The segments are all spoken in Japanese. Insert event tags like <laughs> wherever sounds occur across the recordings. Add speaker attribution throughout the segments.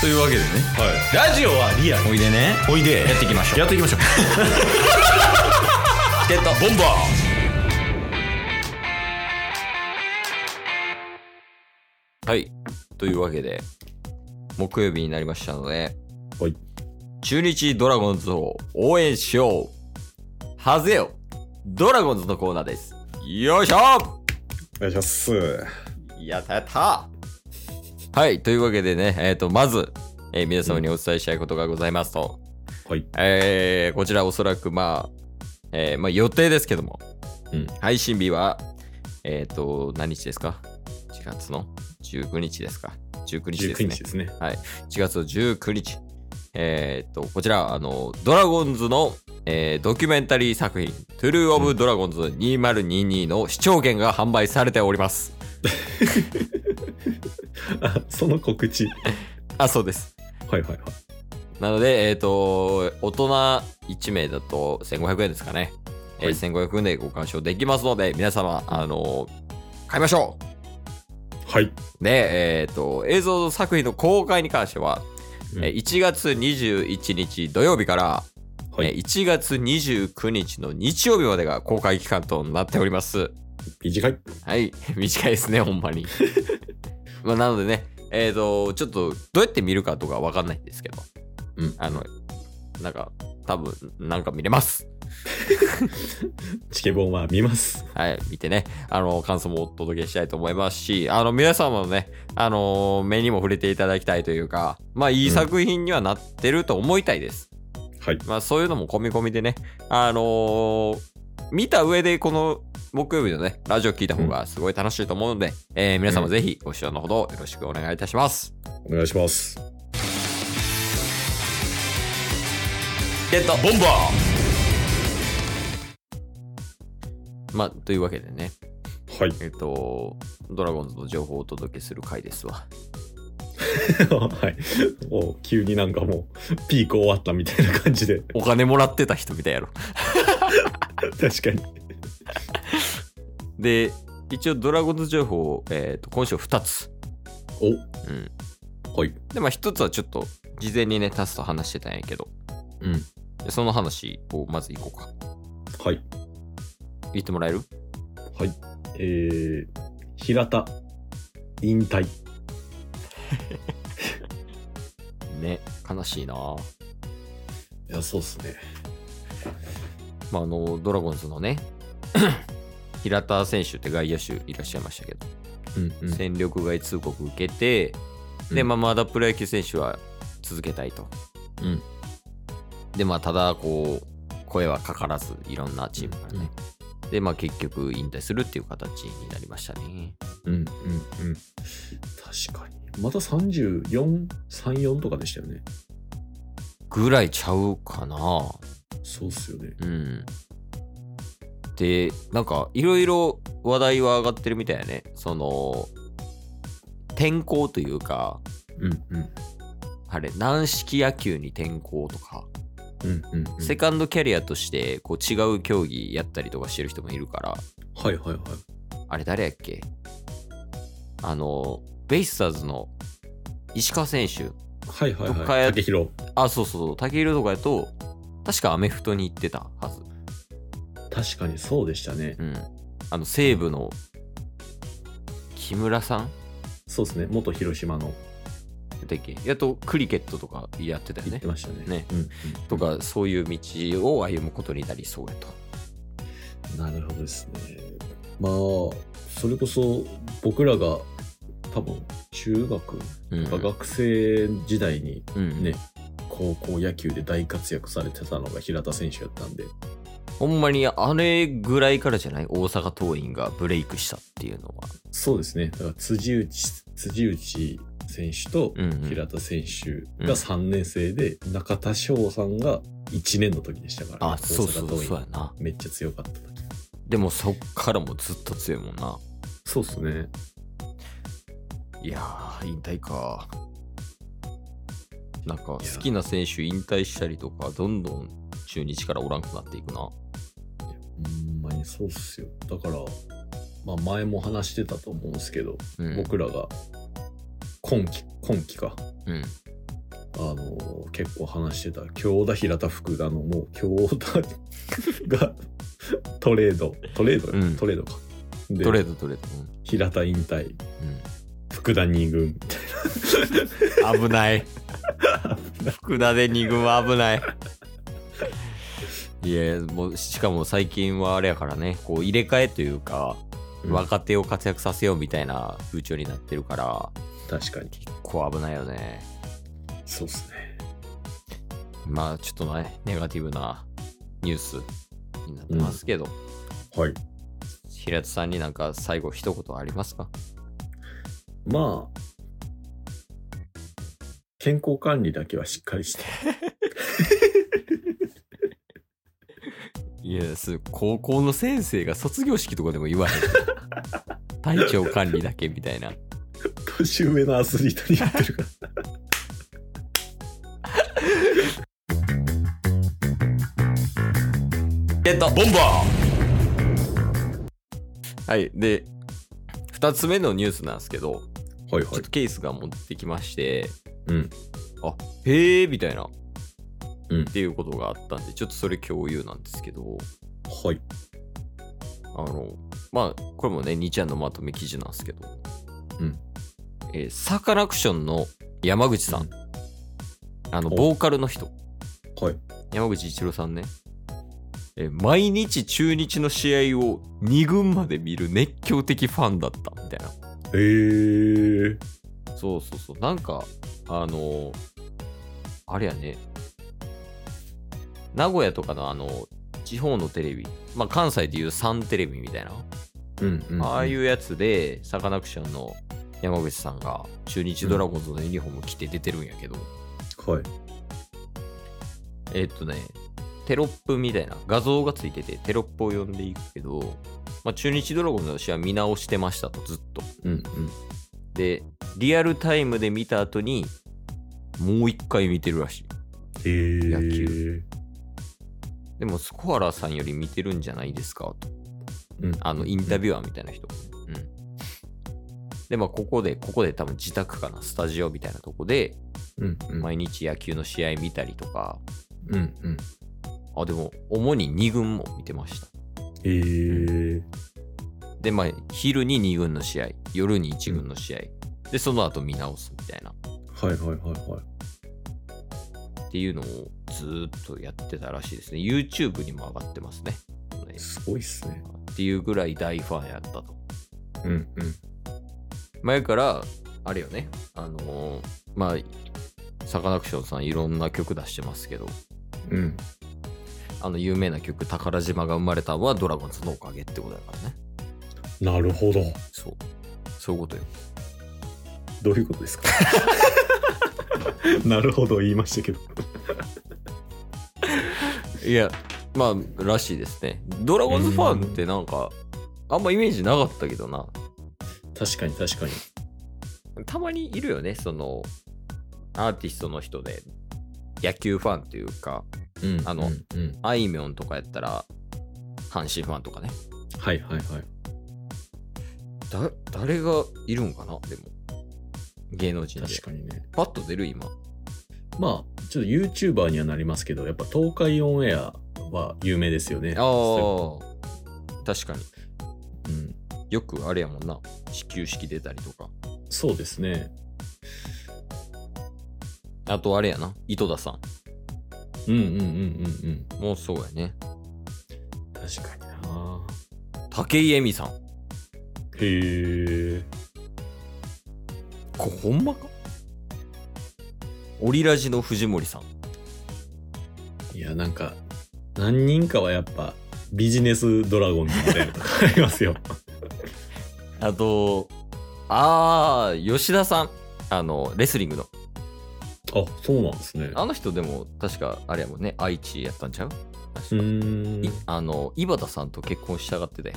Speaker 1: というわけでね
Speaker 2: ラジオはリアル
Speaker 1: おいでね
Speaker 2: おいで
Speaker 1: やっていきましょう
Speaker 2: やっていきましょう
Speaker 1: チケットボンバーはいというわけで木曜日になりましたので
Speaker 2: はい
Speaker 1: 中日ドラゴンズを応援しようハゼよドラゴンズのコーナーですよいしょ
Speaker 2: お願いします
Speaker 1: やったやったはい、というわけでね、えっ、と、まず、えー皆様にお伝えしたいことがございますと、
Speaker 2: はい
Speaker 1: えーこちらおそらく、まあ、えーまあ予定ですけども、
Speaker 2: うん
Speaker 1: 配信日は、えっ、と、何日ですか ?4 月の19日ですか ?19 日です
Speaker 2: 19
Speaker 1: ね
Speaker 2: 日。ですね
Speaker 1: 4月の19日。えっ、と、こちら、あの、ドラゴンズの、えードキュメンタリー作品、トゥルー・オブ・ドラゴンズ2022の視聴券が販売されております。
Speaker 2: あ <laughs> その告知は
Speaker 1: あ、そうです。
Speaker 2: いはいはい
Speaker 1: なので、えっ、と、大人1名だと1500円ですかね。えー
Speaker 2: はい
Speaker 1: 1500円でご鑑賞できますので、皆様、あの買いましょ
Speaker 2: はい、
Speaker 1: うで、えっ、と、映像作品の公開に関しては、
Speaker 2: うん
Speaker 1: えー1月21日土曜日から、
Speaker 2: はい
Speaker 1: えー1月29日の日曜日までが公開期間となっております。
Speaker 2: 短い
Speaker 1: はい、 <laughs> 短いですね、ほんまに。 <laughs> まあ、なのでね、えっ、と、ちょっと、どうやって見るかとかわかんないんですけど、
Speaker 2: うん
Speaker 1: あの、なんか、多分なんか見れます。
Speaker 2: チケボンは見ます
Speaker 1: はい、見てね、あの、感想もお届けしたいと思いますし、あの、皆様のね、あの、目にも触れていただきたいというか、まあ、いい作品にはなってると思いたいです。
Speaker 2: はい
Speaker 1: まあ、そういうのも込み込みでね、あのー見た上でこの木曜日のね、ラジオ聞いた方がすごい楽しいと思うので、えー皆様ぜひご視聴のほどよろしくお願いいたします。
Speaker 2: お願いします
Speaker 1: ゲットボンバーまあ、というわけでね、
Speaker 2: はい
Speaker 1: えっと、ドラゴンズの情報をお届けする回ですわ。
Speaker 2: はい <laughs> お急になんかもうピーク終わったみたいな感じで <laughs>
Speaker 1: お金もらってた人みたいやろ。
Speaker 2: 確かに
Speaker 1: で、一応ドラゴンズ情報を、えっと今週2つ。
Speaker 2: お
Speaker 1: うん。
Speaker 2: はい
Speaker 1: で、まあ1つはちょっと事前にね、タスと話してたんやけど、
Speaker 2: うん
Speaker 1: でその話をまずいこうか。
Speaker 2: はい
Speaker 1: 言ってもらえる
Speaker 2: はいえー、平田引退
Speaker 1: ね悲しいなぁ
Speaker 2: いやそうっすね
Speaker 1: まああのドラゴンズのね <coughs> 平田選手って外野手いらっしゃいましたけど、
Speaker 2: うんう
Speaker 1: 戦力外通告受けて、で、
Speaker 2: うん
Speaker 1: まあ、まだプロ野球選手は続けたいと、
Speaker 2: うん
Speaker 1: でまあただこう声はかからずいろんなチームからね、でまあ結局引退するっていう形になりましたね
Speaker 2: うんうんうん。確かに。また34、34とかでしたよね。
Speaker 1: ぐらいちゃうかな
Speaker 2: そうっすよね。
Speaker 1: うん。で、なんか、いろいろ話題は上がってるみたいやね。その、転校というか、
Speaker 2: うんうん。
Speaker 1: あれ、軟式野球に転校とか、
Speaker 2: うんうん、うん。
Speaker 1: セカンドキャリアとして、こう、違う競技やったりとかしてる人もいるから、
Speaker 2: はいはいはい。
Speaker 1: あれ、誰やっけあの、ベイスターズの石川選手。
Speaker 2: はいはい
Speaker 1: どっか
Speaker 2: はい。
Speaker 1: や
Speaker 2: 竹広。
Speaker 1: あ、そうそうそう、竹色とかやと、確かアメフトに行ってたはず。
Speaker 2: 確かにそうでしたね。
Speaker 1: うん。あの、西武の、木村さん
Speaker 2: そうですね。元広島の
Speaker 1: だっけやっとクリケットとかやってたよ
Speaker 2: 言っ
Speaker 1: ね
Speaker 2: て。ましたね。
Speaker 1: ね
Speaker 2: うんうん、
Speaker 1: とかそういう道を歩むことになりそうやと。
Speaker 2: なるほどですね。まあ、それこそ僕らが多分中学、
Speaker 1: うん
Speaker 2: 学生時代に
Speaker 1: うん
Speaker 2: ね、高校野球で大活躍されてたのが平田選手やったんで、
Speaker 1: ほんまにあれぐらいからじゃない大阪桐蔭がブレイクしたっていうのは。
Speaker 2: そうですね。だから辻内、辻内選手と
Speaker 1: うんうん
Speaker 2: 平田選手
Speaker 1: うん
Speaker 2: が3年生で、中田翔さんが1年の時でしたから、
Speaker 1: あそうそう
Speaker 2: 大阪桐蔭
Speaker 1: そうやな。
Speaker 2: めっちゃ強かった時。
Speaker 1: でもそっからもずっと強いもんな。
Speaker 2: そうですね。
Speaker 1: いやー引退か。なんか好きな選手引退したりとかどんどん中日からおらんくなっていくな。
Speaker 2: ほんまにそうっすよ。だから、まあ前も話してたと思うんですけど、
Speaker 1: うん。
Speaker 2: 僕らが今期、今期か、
Speaker 1: うん、
Speaker 2: あの結構話してた京田平田福田のもう京田が <laughs> トレードトレードよ、
Speaker 1: うん
Speaker 2: トレードかで
Speaker 1: トレードトレード。
Speaker 2: 平田引退
Speaker 1: う
Speaker 2: 福田二軍
Speaker 1: ん
Speaker 2: み
Speaker 1: うん、危ない。福田で二軍は危ない。いやもうしかも最近はあれやからねこう入れ替えというか、
Speaker 2: うん
Speaker 1: 若手を活躍させようみたいな風潮になってるから
Speaker 2: 確かに
Speaker 1: 結構危ないよね
Speaker 2: そうっすね
Speaker 1: まあちょっとねネガティブなニュースになってますけど、
Speaker 2: はい
Speaker 1: 平田さんになんか最後一言ありますか
Speaker 2: まあ健康管理だけはしっかりして
Speaker 1: いやす高校の先生が卒業式とかでも言 <laughs> わへん体調管理だけみたいな
Speaker 2: 年上のアスリートになってるから
Speaker 1: ゲットボンバーはいで2つ目のニュースなんですけど <laughs>
Speaker 2: は
Speaker 1: ちょっ
Speaker 2: いはい
Speaker 1: とケースが持ってきまして、
Speaker 2: うん
Speaker 1: あへえみたいな、
Speaker 2: うん
Speaker 1: っていうことがあったんでちょっとそれ共有なんですけど
Speaker 2: はい
Speaker 1: あのまあこれもね2ちゃんのまとめ記事なんですけど、
Speaker 2: うん
Speaker 1: えーサカナクションの山口さん、
Speaker 2: うん
Speaker 1: あの
Speaker 2: お
Speaker 1: ボーカルの人
Speaker 2: はい
Speaker 1: 山口一郎さんね、えー毎日中日の試合を2軍まで見る熱狂的ファンだったみたいな
Speaker 2: えー、
Speaker 1: そうそうそうなんかあのーあれやね名古屋とかのあの地方のテレビまあ関西でいうサンテレビみたいな
Speaker 2: うんうん、
Speaker 1: ああいうやつでサカナクションの山口さんが中日ドラゴンズのユニフォーム着て出てるんやけど、
Speaker 2: はい
Speaker 1: えっとね、テロップみたいな画像がついてて、テロップを読んでいくけど、まあ、中日ドラゴンズの試合見直してましたと、ずっと。
Speaker 2: うんうん
Speaker 1: で、リアルタイムで見た後に、もう一回見てるらしい。
Speaker 2: えー、
Speaker 1: 野球でも、スコアラーさんより見てるんじゃないですかと。
Speaker 2: うん
Speaker 1: あの、インタビュアーみたいな人。うん。で、まあ、ここで、ここで多分自宅かな、スタジオみたいなとこで、
Speaker 2: うんうん
Speaker 1: 毎日野球の試合見たりとか、
Speaker 2: うんうん
Speaker 1: あ、でも、主に2軍も見てました。
Speaker 2: えー、
Speaker 1: で、まあ、昼に2軍の試合、夜に1軍の試合、で、その後見直すみたいな、
Speaker 2: はいはいはいはい
Speaker 1: っていうのをずーっとやってたらしいですね。YouTube にも上がってますね。
Speaker 2: すごいっすね
Speaker 1: っていうぐらい大ファンやったと。
Speaker 2: うんうん
Speaker 1: 前から、あれよね、あのーまあ、サカナクションさんいろんな曲出してますけど、
Speaker 2: うん
Speaker 1: あの有名な曲、宝島が生まれたのはドラゴンズのおかげってことだからね。
Speaker 2: なるほど
Speaker 1: そう。そういうことよ。
Speaker 2: どういうこ
Speaker 1: <laughs>
Speaker 2: とですかなるほど言いましたけど
Speaker 1: いや、まあ、らしいですね。ドラゴンズファンってなんか、あんまイメージなかったけどな。
Speaker 2: 確かに確かに
Speaker 1: たまにいるよね、その、アーティストの人で、野球ファンというか、
Speaker 2: うん
Speaker 1: あの
Speaker 2: うんうん
Speaker 1: あいみょんとかやったら、阪神ファンとかね。
Speaker 2: はいはいはい
Speaker 1: だ、誰がいるんかな、でも。芸能人で。
Speaker 2: 確かにね
Speaker 1: パッと出る今。
Speaker 2: まあちょっと YouTuber にはなりますけどやっぱ東海オンエアは有名ですよね
Speaker 1: ああ、確かに。
Speaker 2: うん
Speaker 1: よくあれやもんな。始球式出たりとか。
Speaker 2: そうですね
Speaker 1: あとあれやな。井戸田さ
Speaker 2: うんうんうんうん
Speaker 1: ん。もうそうやね。
Speaker 2: うん確かにな
Speaker 1: 武井絵美さん。
Speaker 2: へえ
Speaker 1: こほんまかオリラジの藤森さん。
Speaker 2: いやなんか何人かはやっぱビジネスドラゴンみたいなとか <laughs> ありますよ
Speaker 1: あと、あー、吉田さん。あの、レスリングの。
Speaker 2: あそうなんですね
Speaker 1: あの人でも、確か、あれやもんね、愛知やったんちゃう
Speaker 2: うー
Speaker 1: い
Speaker 2: ん
Speaker 1: あの、井端さんと結婚したがってたよ。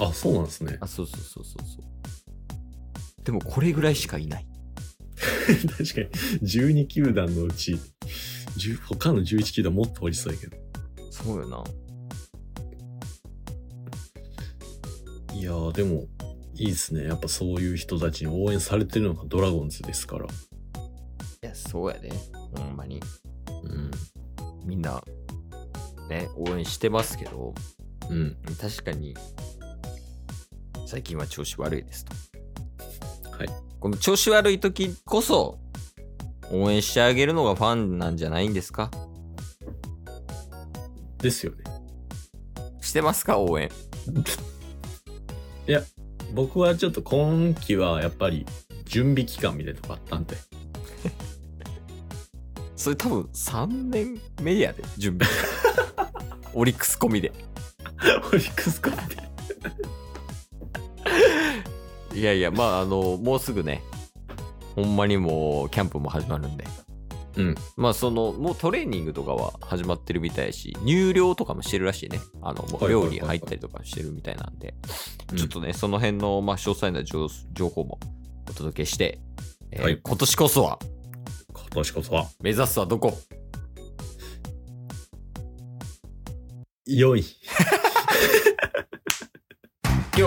Speaker 2: あそうなんですね
Speaker 1: あ、そうそうそうそうそう。でも、これぐらいしかいない。
Speaker 2: <laughs> 確かに12球団のうち10他の11球団もっとおりそうやけど
Speaker 1: そうよな。
Speaker 2: いやーでもいいですねやっぱそういう人たちに応援されてるのがドラゴンズですから
Speaker 1: や、そうやで。ほんまに。
Speaker 2: うん。
Speaker 1: みんな、ね、応援してますけど、
Speaker 2: うん。
Speaker 1: 確かに、最近は調子悪いですと。
Speaker 2: はい。
Speaker 1: この調子悪い時こそ、応援してあげるのがファンなんじゃないんですか
Speaker 2: ですよね。
Speaker 1: してますか応援。
Speaker 2: 僕はちょっと今期はやっぱり準備期間みたいなとこあったんで。
Speaker 1: それ多分3年目やで、準
Speaker 2: <laughs>
Speaker 1: 備。オリックス込みで。
Speaker 2: <laughs> オリックスかって。
Speaker 1: いやいや、まあ、あの、もうすぐね、ほんまにもう、キャンプも始まるんで。
Speaker 2: うん。
Speaker 1: まあ、その、もうトレーニングとかは始まってるみたいやし、入寮とかもしてるらしいね。あの、もう
Speaker 2: はいはいはい
Speaker 1: 寮
Speaker 2: はい
Speaker 1: に入ったりとかしてるみたいなんで、
Speaker 2: うん
Speaker 1: ちょっとね、その辺の、まあ、詳細な情情報もお届けして、えー
Speaker 2: はい
Speaker 1: 今年こそは、
Speaker 2: 今年こそは
Speaker 1: 目指すはどこ
Speaker 2: 4位。
Speaker 1: 今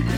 Speaker 3: ます